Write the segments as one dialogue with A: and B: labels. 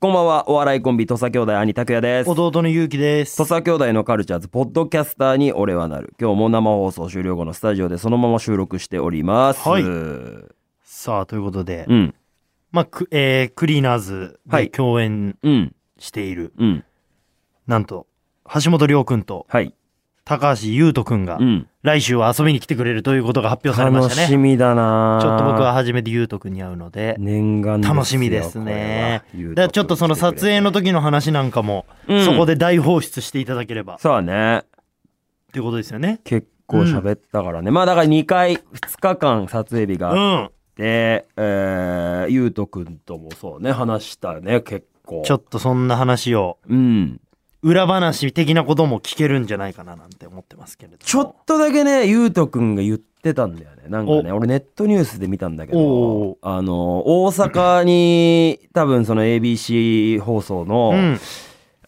A: こんばんは、お笑いコンビ、土佐兄弟、兄拓也です。
B: 弟のゆうきです
A: 土。佐兄弟のカルチャーズ、ポッドキャスターに俺はなる。今日も生放送終了後のスタジオでそのまま収録しております。
B: はい
A: うん。
B: さあ、ということで、まあ、く、えー、クリーナーズ
A: は
B: で
A: い
B: 共演
A: うん。
B: している、
A: うん。
B: なんと、橋本涼くんと
A: はい。
B: 高橋優斗くんが、
A: うん。
B: 来週は遊びに来てくれるということが発表されま
A: 楽
B: したね。
A: しみだな
B: ちょっと僕は。初めて優斗くんに会うので、
A: 念願ですよ
B: 楽しみですね。
A: これは
B: だからちょっとその撮影の時の話なんかも、
A: うん
B: そこで大放出していただければ、
A: そうね。
B: ということですよね。
A: 結構喋ったからね。まあだから2回、2日間撮影日
B: う
A: があっ
B: ん。
A: て、えー、ゆうとくんともそうね、話したね、結構。
B: ちょっとそんな話を、
A: うん。
B: 裏話的なことも聞けるんじゃないかななんて思ってますけれども。
A: ちょっとだけね、ゆうとくんが言ってたんだよね。なんかね、俺ネットニュースで見たんだけ
B: お
A: ど
B: う、
A: あの、大阪に、多分その ABC 放送の、
B: うん。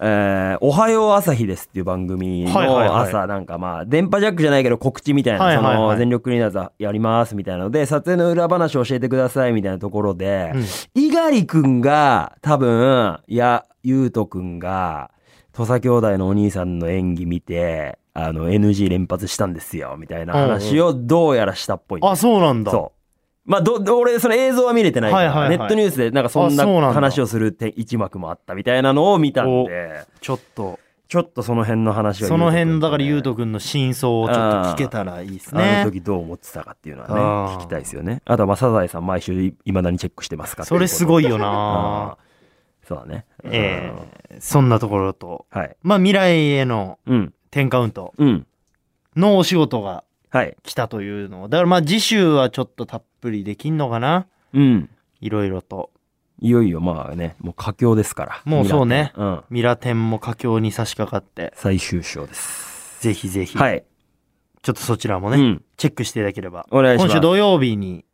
A: えーおはよう朝日ですっていう番組
B: はいはい
A: の
B: はい
A: 朝、なんかまあ、電波ジャックじゃないけど告知みたい
B: はい
A: な、そ
B: はいはい
A: の、全力クリーナーズやりますみたいなので、撮影の裏話教えてくださいみたいなところで
B: うん、
A: 猪狩くんが、多分、いや、ゆうとくんが、土佐兄弟のお兄さんの演技見て、あの、NG 連発したんですよ、みたいな話をどうやらしたっぽい。
B: あ、そうなんだ。
A: そう。まあ、ど、ど俺、その映像は見れてないから、
B: はいはいはい
A: ネットニュースで、なんかそんな
B: あそうなんだ
A: 話をするって一幕もあったみたいなのを見たんで、
B: ちょっと、
A: ちょっとその辺の話は、
B: その辺だからゆう
A: と
B: とくんの真相をちょっと聞けたらいいです
A: くんね、あの
B: ね。
A: 時どう思ってたかっていうの
B: あ
A: はね、
B: ー
A: 聞きたいですよね。あとは、まあ、サザエさん毎週いまだにチェックしてますか
B: それすごいよな
A: あ。そうだね。
B: ええそんなところと。
A: うんはい。
B: まあ未来への
A: うん。
B: 10カウント
A: うん。
B: のお仕事が
A: はい。
B: 来たというのを。だからまあ次週はちょっとたっぷりできんのかな
A: うん。
B: いろいろと。
A: いよいよ、まあね、もう佳境ですから。
B: もうそうね
A: ミラーってうん。
B: ミラテンも佳境に差し掛かって、
A: 最終章です。
B: ぜひぜひ、
A: はい。
B: ちょっとそちらも
A: う
B: ね、
A: ん。
B: チェックしていただければ。
A: お願いします
B: 今週土曜日に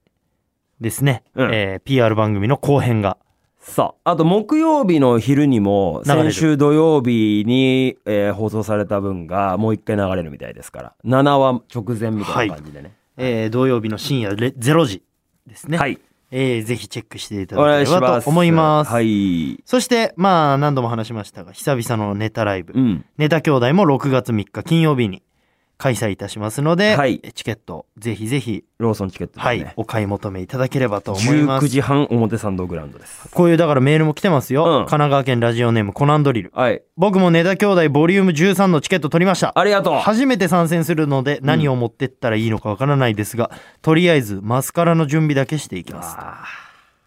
B: ですね、
A: うん
B: えー PR 番組の後編が。
A: さあ、あと木曜日の昼にも、
B: 流れる
A: 先週土曜日に、えー放送された分がもう一回流れるみたいですから、7話直前みたいな感じでね。
B: えー土曜日の深夜れ0時ですね。
A: はい。
B: えーぜひチェックしていた
A: お
B: だ
A: 願
B: け
A: い
B: れ
A: し
B: ば
A: ます。
B: と思います。
A: はい。
B: そして、まあ、何度も話しましたが、久々のネタライブ、
A: うん。
B: ネタ兄弟も6月3日金曜日に開催いたしますので、
A: はい
B: チケット、ぜひぜひ、
A: ローソンチケットです
B: はい、
A: ね。
B: お買い求めいただければと思いま
A: 19
B: す。
A: 時半表参道グラウンドです。
B: こういう、だからメールも来てますよ。
A: うん
B: 神奈川県ラジオネームコナンドリル。
A: はい。
B: 僕もネタ兄弟ボリューム13のチケット取りました。
A: ありがとう。
B: 初めて参戦するので何を持ってったらいいのかわからないですが、とりあえずマスカラの準備だけしていきます。
A: あ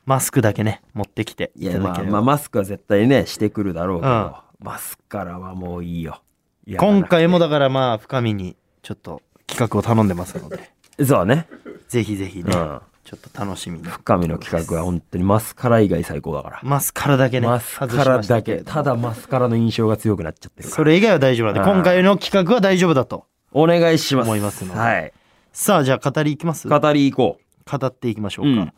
B: マスクだけね、持ってきて
A: ー
B: い
A: い
B: た
A: や、
B: だ
A: ま
B: け
A: あ、
B: れば。
A: まあ、マスクは絶対ね、してくるだろうけど、マスカラはもういいよ。いや
B: 今。回もだからまあ深みにちょっと企画を頼んでますので
A: そうね。
B: ぜひぜひね、
A: うん
B: ちょっと楽しみに
A: 神の企画は本当にマスカラ以外最高だから。
B: マスカラだけね
A: マスカラ
B: 外しました
A: だ
B: けれ
A: け。
B: ども
A: ただマスカラの印象が強くなっちゃってるから。
B: それ以外は大丈夫なんで
A: うん
B: 今回の企画は大丈夫だと
A: お願いします。
B: 思いますので
A: はい。
B: さあじゃあ語りいきます語
A: 語りいこ
B: っていきましょうか、
A: うん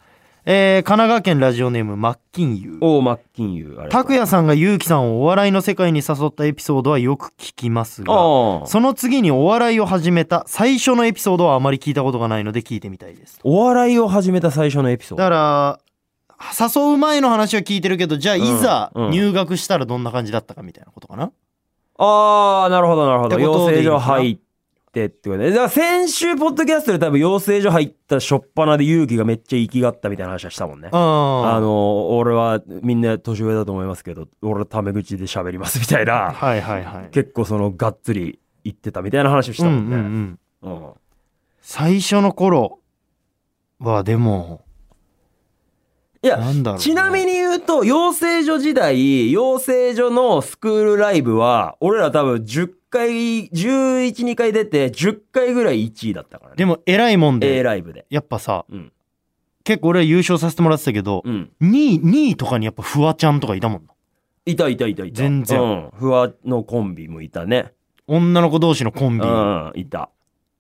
B: えー神奈川県ラジオネームマッキンユ
A: う。大真金融。あれ
B: 拓也さんが結城さんをお笑いの世界に誘ったエピソードはよく聞きますが
A: ああ。
B: その次にお笑いを始めた最初のエピソードはあまり聞いたことがないので聞いてみたいです
A: お笑いを始めた最初のエピソード。
B: だから誘う前の話は聞いてるけどじゃあい
A: うん
B: ざ
A: うん
B: 入学したらどんな感じだったかみたいなことかな、
A: ああ、なるほど、なるほど。
B: ってこ
A: 養
B: とで
A: 成
B: いいの
A: 所
B: かな
A: 入ってってことね。だから先週、ポッドキャストで多分養成所入った初っ端で勇気がめっちゃ生きがったみたいな話はしたもんね。あ
B: あの
A: の、俺はみんな年上だと思いますけど、俺はタメ口で喋りますみたいな。
B: はいはいはい
A: 結構その、がっつり言ってたみたいな話をした
B: うん
A: も
B: うん
A: ん
B: う
A: ね。
B: ん
A: うん
B: 最初の頃はでも
A: いや、
B: なんだろうね
A: ちなみに言うと、養成所時代、養成所のスクールライブは、俺ら多分10回、11、2回出て、10回ぐらい1位だったからね。
B: でも偉いもん
A: A
B: で
A: ライブで。
B: やっぱさ
A: うん。
B: 結構俺は優勝させてもらってたけど
A: うん。
B: 2位2位とかにやっぱフワちゃんとかいたもんない
A: たいたいたいた。
B: 全然
A: うん。不和のコンビもいたね。
B: 女の子同士のコン
A: う
B: ビ、
A: ん、いた。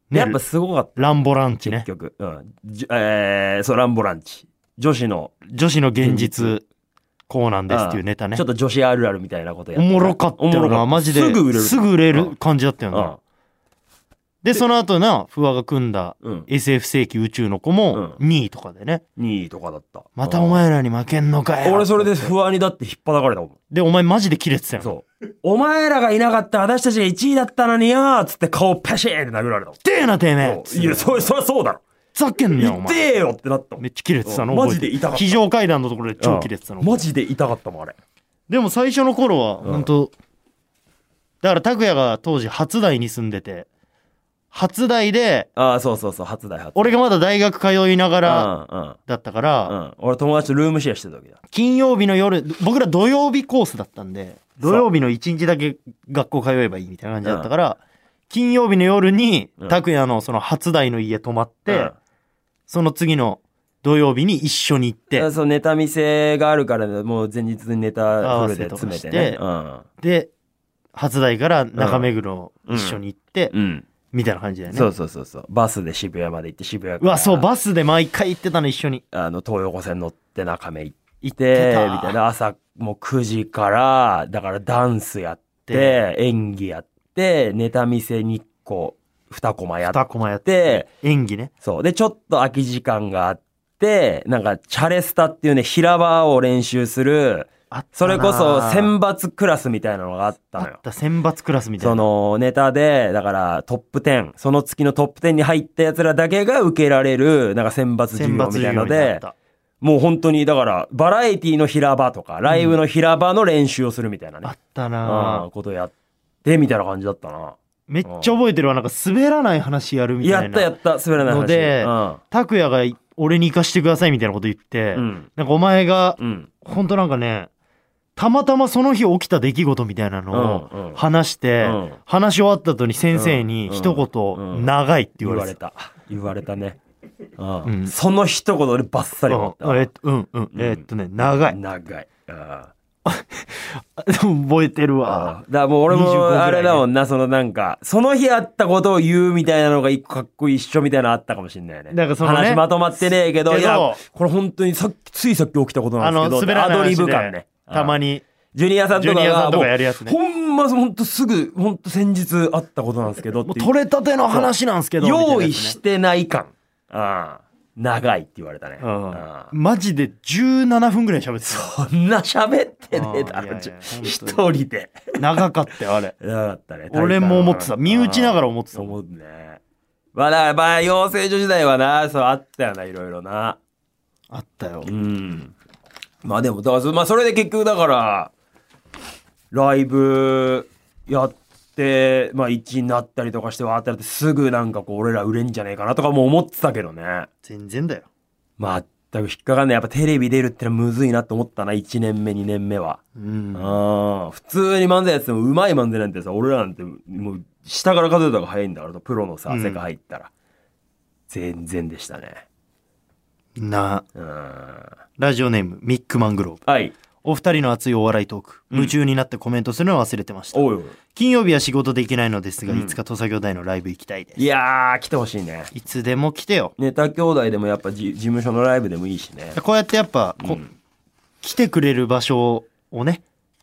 B: ね、
A: やっぱすごかった、
B: ランボランチ
A: 結
B: ね
A: 局。うん。じえー、そう、ランボランチ。女子の、
B: 女子の現実こうなんですっていうネタね
A: ちょっと女子あるあるみたいなことや
B: おもろかった
A: おも
B: よ
A: ろか
B: な
A: った
B: マジです
A: ぐ売れる。
B: すぐ売れ
A: う
B: る
A: ん
B: 感じだったよ
A: う
B: な、
A: ん。
B: で、その後な、不破が組んだ
A: うん
B: SF 世紀宇宙の子も
A: う
B: 2位とかでね。
A: 2位とかだった
B: またお前らに負けんのか
A: うん
B: よ。
A: 俺それで不安にだって引っ張らかれたもん
B: で、お前マジで切れてたよ。
A: そうお前らがいなかった私たちが1位だったのによーっつって顔ペシーって殴られたもん
B: てえな、てめえ
A: そういやそそりゃそうだろ
B: ざけんなよ、お
A: 痛
B: 前。
A: えよってなったもん
B: めっちゃ切れてたの。
A: うん
B: 覚え
A: マジ
B: てる
A: で痛かった
B: 非常階段のところで超切れてたの。
A: うんマジで痛かったもんあれ
B: でも最初の頃は、
A: うん
B: 本当だから拓也が当時初台に住んでて、初台で、
A: ああそうそうそう初代初
B: 俺がまだ大学通いながら
A: ら
B: だったか
A: うん
B: ら、
A: うん、うん、俺友達とルームシェアしてた時だ
B: 金曜日の夜、僕ら土曜日コースだったんで、
A: そう
B: 土曜日の一日だけ学校通えばいいみたいな感じだったから、金曜日の夜に
A: うん、
B: 拓也のその初台の家泊まっ
A: う
B: て
A: ん、
B: その次の土曜日に一緒に行って、
A: そうネタ見せがあるからもう前日にネタフルで
B: 合わせとか
A: 詰めて
B: して
A: ねうん
B: で、初台から中目黒一緒に行って、
A: うん
B: みたいな感じだよね。
A: そうそうそうそうバスで渋谷まで行って渋谷か
B: う
A: ら
B: わ、そう、バスで毎回行ってたの、一緒に。
A: あの東横線乗って中目行っ
B: 行ってた
A: みたいな朝もう9時からだからダンスやって演技やってネタ見せ2個2コマやっ
B: 2コマやって、
A: て
B: 演技ね。
A: そうでちょっと空き時間があってなんかチャレスタっていうね平場を練習する
B: あったな
A: それこそ選抜クラスみたいなのがあった
B: あ
A: のよ
B: った、選抜クラスみたい
A: そ
B: な。
A: のネタで、だからトップ10、その月のトップ10に入った奴らだけが受けられる、なんか選抜授
B: 選
A: 業
B: 抜
A: み
B: 授
A: たいな
B: 業
A: の
B: みたいなのあ
A: で
B: っ、た。
A: もう本当に、だから、バラエティの平場とか、ライブの平場の練習をするみたいなね
B: あ、った
A: あ
B: な
A: あことやって、みたいな感じだったな。
B: めっちゃ覚えてるわ。なんか滑らない話やるみたいな。
A: やったやった、滑らない話。
B: ので
A: うん
B: 拓也が俺に行かしてくださいみたいなこと言って、
A: うん。
B: なんかお前が、
A: うん。
B: ほんとなんかね、たまたまその日起きた出来事みたいなの
A: うんうん
B: を話して、
A: うん
B: 話し終わった後に先生に一
A: う
B: 言、
A: んうん
B: 長いって言
A: 言
B: わ
A: わ
B: れ
A: れ
B: て
A: た。言われたね。うん
B: うん
A: その一言でバッサ
B: た。
A: リ思っ。
B: うんえったと、うん、うん、えっとね、長い。
A: 長い。うん
B: あでも 覚えてる
A: ああ
B: わ。
A: だからもう俺
B: 25ぐらい
A: も
B: ね
A: あれだもんな、そのなんか、その日あったことを言うみたいなのが一個かっこいい一緒みたいなのあったかもしんないよね。
B: なんかそのね
A: 話まとまってねえけど、
B: けど
A: いや、これ本当にさっき、ついさっき起きたことな
B: あ
A: んですけ
B: の、
A: ど、
B: 滑らな
A: ア
B: い
A: ドリ
B: 話
A: ブ感
B: で
A: ね。、
B: たま
A: に。
B: に、
A: ジュニアさん
B: ジ
A: と
B: ュ
A: か
B: ニアさ
A: が、
B: んと
A: も
B: かや
A: う
B: るやつね。
A: ほんま、ほんとすぐ、ほんと先日あったことなんですけどっ
B: もう
A: ていう、
B: 取れたての話なんですけど、
A: 用意
B: みたいなやつね
A: してない感。ああ長いって言われたね。ああ
B: うん、マジで17分ぐらい喋って
A: こんな喋ってねえだ
B: ああいやい
A: ろ、
B: や
A: じゃ
B: 本当に
A: 一人で。
B: た長かったよあれ
A: なかったね。
B: 俺も思ってた身内ながら思ってた
A: 思うね。まあだから、まあ、養成所時代はな、そうあったよな、いろいろな。
B: あったよ
A: うん。まあでも、だからまあそれで結局だから、ライブやって、まあ1位になったりとかして、わーってなって、すぐなんかこう、俺ら売れんじゃねえかなとかも思ってたけどね。
B: 全然だよ
A: まあ、全く引っかかんない。やっぱテレビ出るってのはむずいなと思ったな、1年目、2年目は。
B: うん
A: ああ、普通に漫才やっててもうまい漫才なんてさ、俺らなんてもう下から数えた方が早いんだから、プロのさ、
B: うん
A: 世界入ったら。全然でしたね。
B: な
A: うん。
B: ラジオネームミックマングローブ
A: はい。
B: お二人の熱いお笑いトーク夢中になってコメントするのを忘れてました、
A: おいおい。
B: 金曜日は仕事できないのですが、
A: うん
B: いつか土佐兄弟のライブ行きたいです
A: いやー、来てほしいね。
B: いつでも来てよ
A: ネタ兄弟でもやっぱじ事務所のライブでもいいしね。
B: こうやってやっぱこ、
A: うん
B: 来てくれる場所をね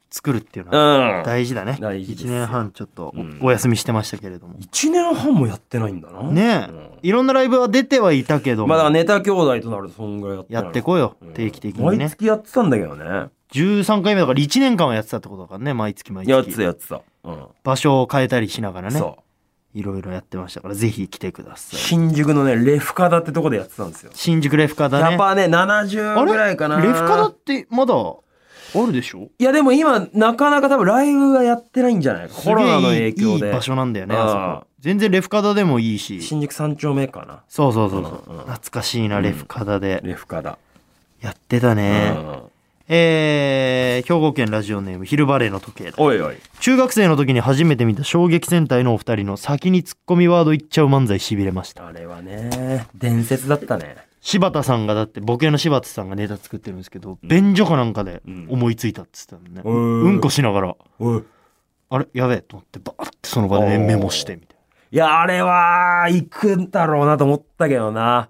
B: 作るっていうの
A: う
B: は
A: ん。
B: 大事だね、
A: 大事です
B: 1
A: よ
B: 年半ちょっとお,、
A: うん
B: 休みしてましたけれども
A: 1年半もやってないんだな。
B: ねえ、いろんなライブは出てはいたけ
A: う
B: ど
A: ん
B: も、
A: まあだからネタ兄弟となるとそんぐらいやってな
B: や
A: い
B: ってこよ、
A: う
B: うん定期的に
A: 毎
B: ね
A: 月やってたんだけどね。
B: 13回目だから1年間はやってたってことだからね毎月毎
A: やってた
B: 月
A: やってた。うん。
B: 場所を変えたりしながらね
A: そう。
B: いろいろやってましたからぜひ来てください
A: 新宿のね、レフカダってとこでやってたんですよ。
B: 新宿レフカだね
A: やっぱね、70
B: あれ
A: ぐらいかな。
B: レフカだってまだあるでしょ
A: いや、でも今、なかなか多分ライブはやってないんじゃない
B: すげ
A: コ
B: え
A: ロナの影響で。
B: いい場所なんだよね
A: あ
B: あ
A: あ
B: そこ全然レフカだでもいいし
A: 新宿三丁目かな。
B: そうそうそうそう、
A: うんうん
B: 懐かしいな、
A: うん
B: レフカだで
A: レフカダ。
B: やってたね、
A: うん
B: えー、兵庫県ラジオネーム昼バレーの時計だ
A: おいおい。
B: 中学生の時に初めて見た衝撃戦隊のお二人の先にツッコミワード言っちゃう漫才しびれました
A: あれはね、伝説だったね。
B: 柴田さんがだってボケの柴田さんがネタ作ってるんですけど、便所かなんかで
A: うん
B: 思いついたっつってたのね、
A: うん
B: うんこしながら
A: おい。
B: あれやべえと思ってバーってその場でね
A: おー
B: メモしてみたい
A: いや、あれは、行くんだろうなと思ったけどな。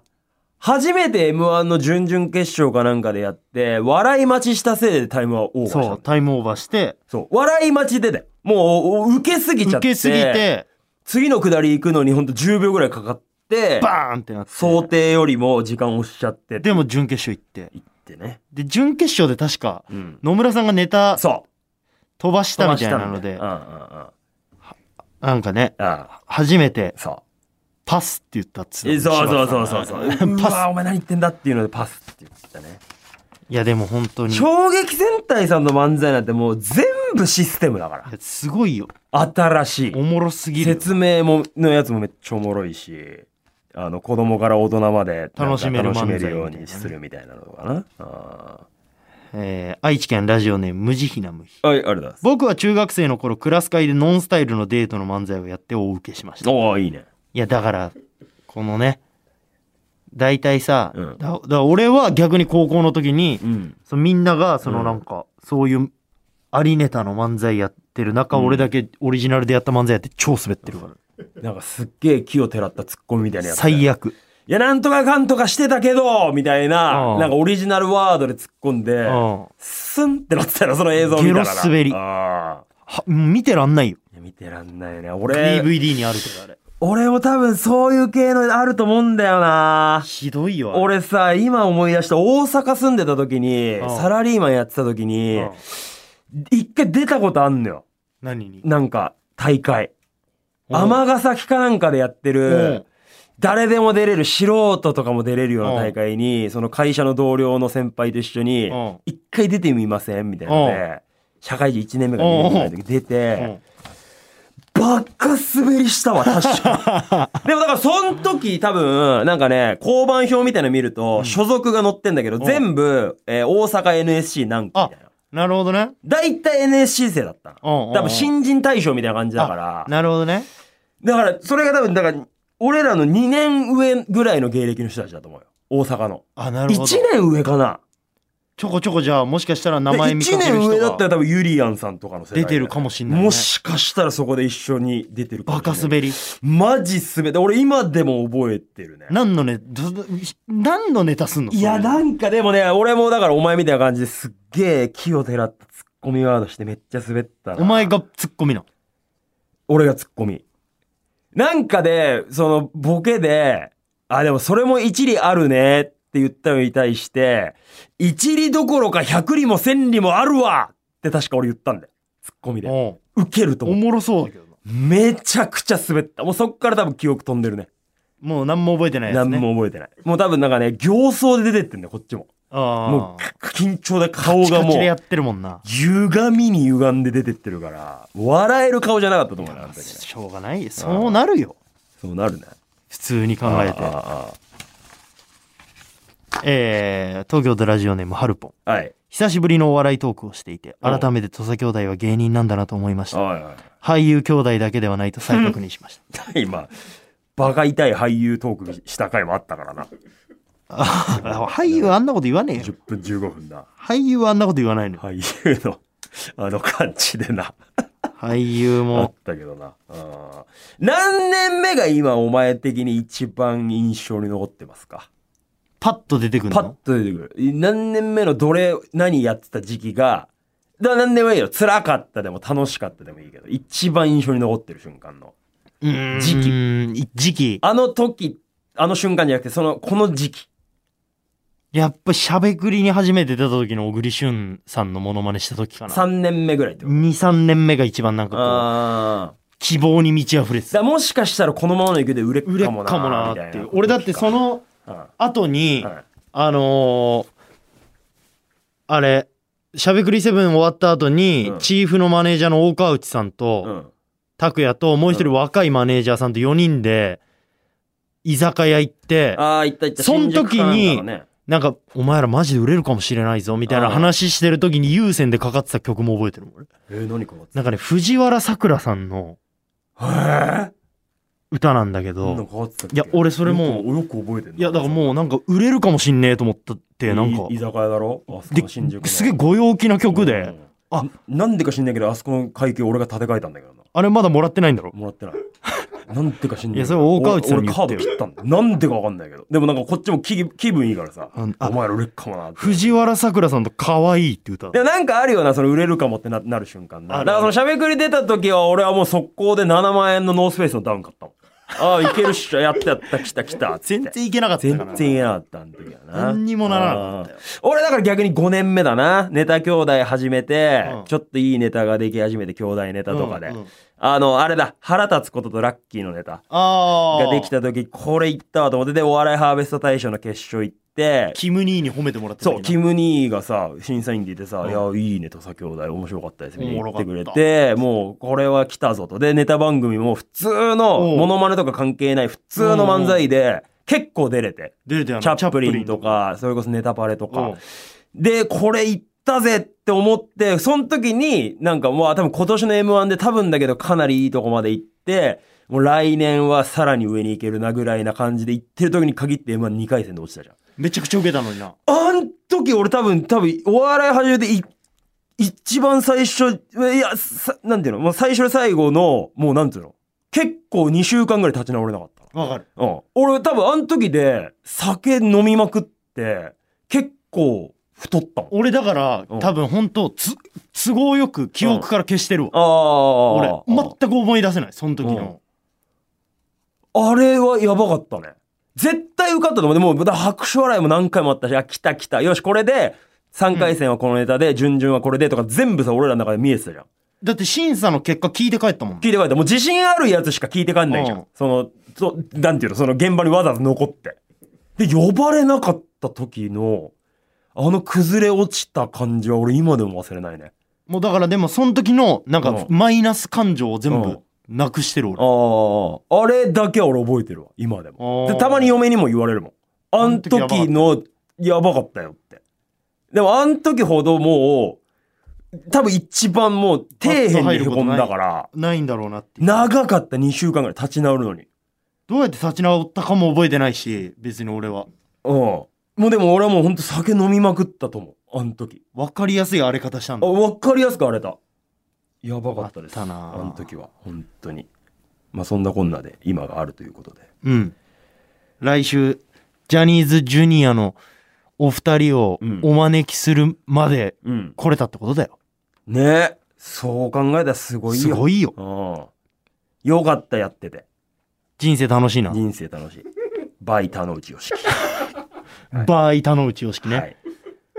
A: 初めて M1 の準々決勝かなんかでやって、笑い待ちしたせいでタイムはオーバー
B: な
A: したんだ
B: そうタイムオーバーして
A: そう。笑い待ちでだよ。もう、お受けすぎちゃ
B: 受
A: って。
B: けすぎて
A: 次の下り行くのにほんと10秒ぐらいかかって、
B: バーンってなって
A: 想定よりも時間押しちゃって、
B: でも準決勝行って
A: 行ってね。
B: で準決勝で確か
A: うん。
B: 野村さんがネタ
A: そう。
B: 飛ばしたみたいな
A: 飛ば
B: の
A: したんだよ
B: で
A: うんうんうん。
B: なんかね
A: ああ、
B: 初めて
A: そ
B: パスって言ったっつ
A: う。えそうそうそうそう
B: そ
A: そうう。
B: ん
A: う
B: パス
A: わ、お前何言ってんだっていうのでパスって言ってたね。
B: いやでも本当にい
A: 衝撃戦隊さんの漫才なんてもう全部システムだか
B: やすごいよ
A: ら。新し
B: おもろすぎ
A: い。
B: るよ
A: 説明も、のやつもめっちゃおもろいし、あの、子供から大人まで
B: 楽しめ
A: な
B: る
A: んか楽
B: 漫才み
A: しため
B: いなね
A: るようにするみたいなのかな。あ
B: えー愛知県ラジオネーム無慈悲な無悲
A: あはい、ありがとうございます。
B: 僕は中学生の頃クラス会でノンスタイルのデートの漫才をやって大受けしましたい
A: おおいいね。
B: やだからこのね大体さ、
A: うん
B: だだから俺は逆に高校の時に、
A: うん。
B: そのみんながそうの
A: ん
B: なんかそういうありネタの漫才やってる中、
A: うん
B: 俺だけオリジナルでやった漫才やって超滑ってるか
A: なんかすっげえ木をてらったツッコミみたいな
B: ら
A: やつ。
B: 最悪
A: いや、なんとかかんとかしてたけど、みたいな、
B: うん
A: なんかオリジナルワードで突っ込んで、
B: うん
A: スンってなってたら、その映像見たらな。
B: ゲロ滑り
A: あー
B: はもう見てらんないよ
A: いや見てらんないね。俺、
B: DVD にあるけどあれ
A: 俺も多分そういう系のあると思うんだよな。
B: ひどいよあれ
A: 俺さ、今思い出した、大阪住んでた時に
B: うん、
A: サラリーマンやってた時に
B: うん、
A: 一回出たことあんのよ。
B: 何に
A: なんか、大会。
B: うん
A: 尼崎かなんかでやって
B: うん
A: る、誰でも出れる、素人とかも出れるような大会に、その会社の同僚の先輩と一緒に
B: うん、
A: 一回出てみませんみたいなので、社会人1年目が2年目ぐらいの時出て、バッカ滑りしたわ、確か に。でもだから、その時多分、なんかね、交番表みたいなの見ると、所属が載ってんだけど、全部、えー大阪 NSC なんか
B: あ
A: みたいな。
B: なるほどね
A: 大体 NSC 生だったの。
B: うんうんうん
A: 多分、新人大賞みたいな感じだから
B: あ。なるほどね
A: だから、それが多分、だから、俺らの2年上ぐらいの芸歴の人たちだと思うよ。大阪の。
B: あなる
A: 1
B: ほど
A: 年上かな。
B: ちょこちょこじゃあもしかしたら名
A: で
B: 前見
A: 1
B: かける
A: 年上だ
B: 人
A: った
B: が
A: ら多分ユリアンさんとかの世代
B: 出てるかもしんないね
A: もしかしたらそこで一緒に出てるかも
B: バ
A: しれな
B: カ
A: い。
B: 滑り
A: マジ滑って。俺今でも覚えてるね。
B: 何のネタど何のネタすんの
A: いや、
B: それ
A: なんかでもね、俺もだからお前みたいな感じですっげえ木をてらったツッコミワードしてめっちゃ滑ったな。
B: お前がツッコミの
A: 俺がツッコミ。なんかで、その、ボケで、あ、でもそれも一理あるねって言ったのに対して、一理どころか百理も千理もあるわって確か俺言ったんだよ。ツッコミで。
B: お
A: ウケると思う。
B: もろそうだけどな
A: めちゃくちゃ滑った。もうそっから多分記憶飛んでるね。
B: もう何も覚えてないやつ
A: 何
B: ね
A: も覚えてない。もう多分なんかね、形相で出てってんだよ、こっちも。
B: ああ
A: もう、緊張で顔
B: カチ
A: が
B: カ
A: も
B: チでやっ
A: う、
B: てるもんな
A: 歪みに歪んで出てってるから、笑える顔じゃなかったと思うよあの時ね。
B: しょうがないそうなるよ
A: そうなるね。
B: 普通に考え
A: ああ
B: て
A: ああ
B: えー東京都ラジオネームはるぽん
A: はい。
B: 久しぶりのお笑いトークをしていて
A: うん
B: 改めて土佐兄弟は芸人なんだなと思いました
A: はいは
B: 俳優兄弟だけではないと再確認しました
A: い。今、バカ痛い俳優トークした回もあったからな。
B: あ俳優あんなこと言わねえよ
A: 10分15分な。
B: 俳優はあんなこと言わないのよ
A: 俳優の、あの感じでな。
B: 俳優
A: あっ
B: も
A: たけどな。あー何年目が今お前的に一番印象に残ってますか
B: パッと出てくる
A: パッ
B: の
A: と出てくる。何年目のどれ、何やってた時期が、だから何でもいいよ。辛かったでも楽しかったでもいいけど、一番印象に残ってる瞬間の。
B: うーん
A: 時期
B: 期時期
A: あの時、あの瞬間じゃなくて、その、この時期。
B: やっぱしゃべくりに初めて出た時の小栗旬さんのモノマネした時かな
A: 3年目ぐらいってこと。
B: 23年目が一番なんかこう
A: ああ。
B: 希望に満ち溢れて
A: だ
B: た
A: からもしかしたらこのままの勢いで売れっ
B: 売れっ
A: か
B: か
A: も
B: も
A: な
B: な
A: みた
B: ーっ
A: い
B: ていう
A: な
B: 俺だってその
A: うん
B: 後に、
A: はい
B: あのーあれしゃべくりセブン終わった後に、
A: うん
B: チーフのマネージャーの大川内さんと、
A: うん
B: 拓也ともう一人若いマネージャーさんと4人で居酒屋行って
A: ああ行った行った
B: そん時
A: 新
B: に
A: 宿かなんかのね
B: なんか「お前らマジで売れるかもしれないぞ」みたいな話してる時に優先でかかってた曲も覚えてるもん俺
A: えー、何かがつ
B: なんかね藤原さくらさんの
A: へえ
B: 歌なんだけ
A: 何か
B: ど
A: 変わってたっけ
B: いや俺それも
A: よくよく覚えてる
B: いやだからもうなんか売れるかもしんねえと思ったってなんか
A: 居酒屋だろあそこ
B: で
A: の新宿の
B: すげえご陽気な曲
A: う
B: で
A: ん
B: あ
A: ななんでか知んないけどあそこの会計俺が立て替えたんだけどな
B: あれまだもらってないんだろ
A: もらってない なんてか知んない
B: いやそれ大川内さんに
A: 俺
B: 言
A: カ
B: っ
A: ー
B: て
A: ド
B: よ
A: 切ったんだなんでかわかんないけどでもなんかこっちも気気分いいからさ
B: あ
A: お前ら売れっかもなって
B: 藤原さくらさんと可愛いって歌
A: でもなんかあるよなその売れるかもってななる瞬間な
B: あ
A: だ
B: る
A: からそのしゃべくり出た時は俺はもう速攻で7万円のノースフェイスのダウン買ったもんああいけるっしょやったやった来た来たっつって
B: 全然いけなかったから
A: 全然いけなかったんだけどな
B: 何にもならなかったよ
A: あー俺だから逆に5年目だなネタ兄弟始めて、
B: うん
A: ちょっといいネタができ始めて兄弟ネタとかで、
B: うんうん
A: あのあれだ腹立つこととラッキーのネタ
B: ああ
A: ができた時これいったわと思ってでお笑いハーベスト大賞の決勝行って
B: キム・ニーに褒めてもらってた
A: そう
B: 今
A: キム・ニーがさ審査員でいてさ「
B: うん
A: いやいいね土佐兄弟面白かったです」みたいに言ってくれ
B: おもろか
A: てもうこれは来たぞとでネタ番組も普通の
B: うん
A: モノマネとか関係ない普通の漫才で結構出れて
B: 出れてあの
A: チャップリンとかそれこそネタパレと
B: チャップリン
A: かでこれいったぜって思ってその時になんかもう多分今年の m 1で多分だけどかなりいいとこまで行ってもう来年はさらに上に行けるなぐらいな感じで行ってる時に限って m 1 2回戦で落ちたじゃん。
B: うんめちゃくちゃ受けたのにな
A: あん時俺多分、多分、お笑い始めてい、一番最初、いや、さなんていうのもう最初で最後の、もうなんていうの結構2週間ぐらい立ち直れなかった
B: わかる
A: な。うん。俺多分あん時で酒飲みまくって、結構太ったもん。
B: 俺だから
A: うん
B: 多分本当つ都合よく記憶から消してるわ
A: ああ。
B: 俺全く思い出せないその時の
A: あれはやばかったね。絶対受かったと思う。でも、だから拍手笑いも何回もあったし、あ、来た来た。よし、これで、3回戦はこのネタで、準々はこれでとか、全部さ、俺らの中で見えてたじゃん。
B: だって審査の結果聞いて帰ったもん
A: 聞いて帰った。もう自信あるやつしか聞いて帰んないじゃ
B: うんん。
A: その、そなんていうの、その現場にわざわざ残って。で、呼ばれなかった時の、あの崩れ落ちた感じは俺今でも忘れないね。
B: もうだからでもその時のなんか
A: うん
B: マイナス感情を全
A: う
B: 部
A: ん
B: なくしてる俺
A: ああ、あれだけは俺覚えてるわ、今でも。
B: あー
A: でたまに嫁にも言われるもん。あん時の、やばかったよって。でもあん時ほどもう、多分一番もう、底辺にへこんだから、
B: ないんだろうなっていう
A: 長かった2週間ぐらい立ち直るのに。
B: どうやって立ち直ったかも覚えてないし別に俺は
A: うん。もうでも俺はもうほんと酒飲みまくったと思う。あの時。
B: 分かりやすい荒れ方したん
A: あ、
B: だ
A: わかりやすく荒れた。やばかったです。
B: あったなあ
A: の時は。本当に。まあそんなこんなで今があるということで。
B: うん来週ジャニーズジュニアのお二人を
A: うん
B: お招きするまで
A: うん。
B: 来れたってことだよ
A: ねえ。そう考えたらすごいよ。
B: すごいよ
A: うん。よかったやってて。
B: 人生楽しいな
A: 人生楽しい。バイ田之内良樹。
B: バーイ田之内良樹
A: は
B: ね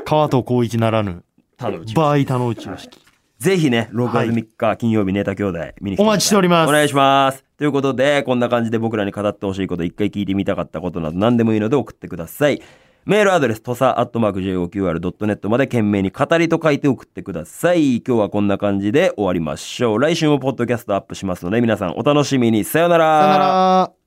A: い。
B: 川藤浩一ならぬ
A: 田之内良樹。
B: バーイ田之内良樹
A: ぜひね、6月3日金曜日ネタ兄弟見に来てください
B: お待ちしております
A: お願いします。ということで、こんな感じで僕らに語ってほしいこと、一回聞いてみたかったことなど何でもいいので送ってください。メールアドレス、とさ、アットマーク JOQR.net まで懸命に語りと書いて送ってください。今日はこんな感じで終わりましょう。来週もポッドキャストアップしますので、皆さんお楽しみに。さよう
B: さよなら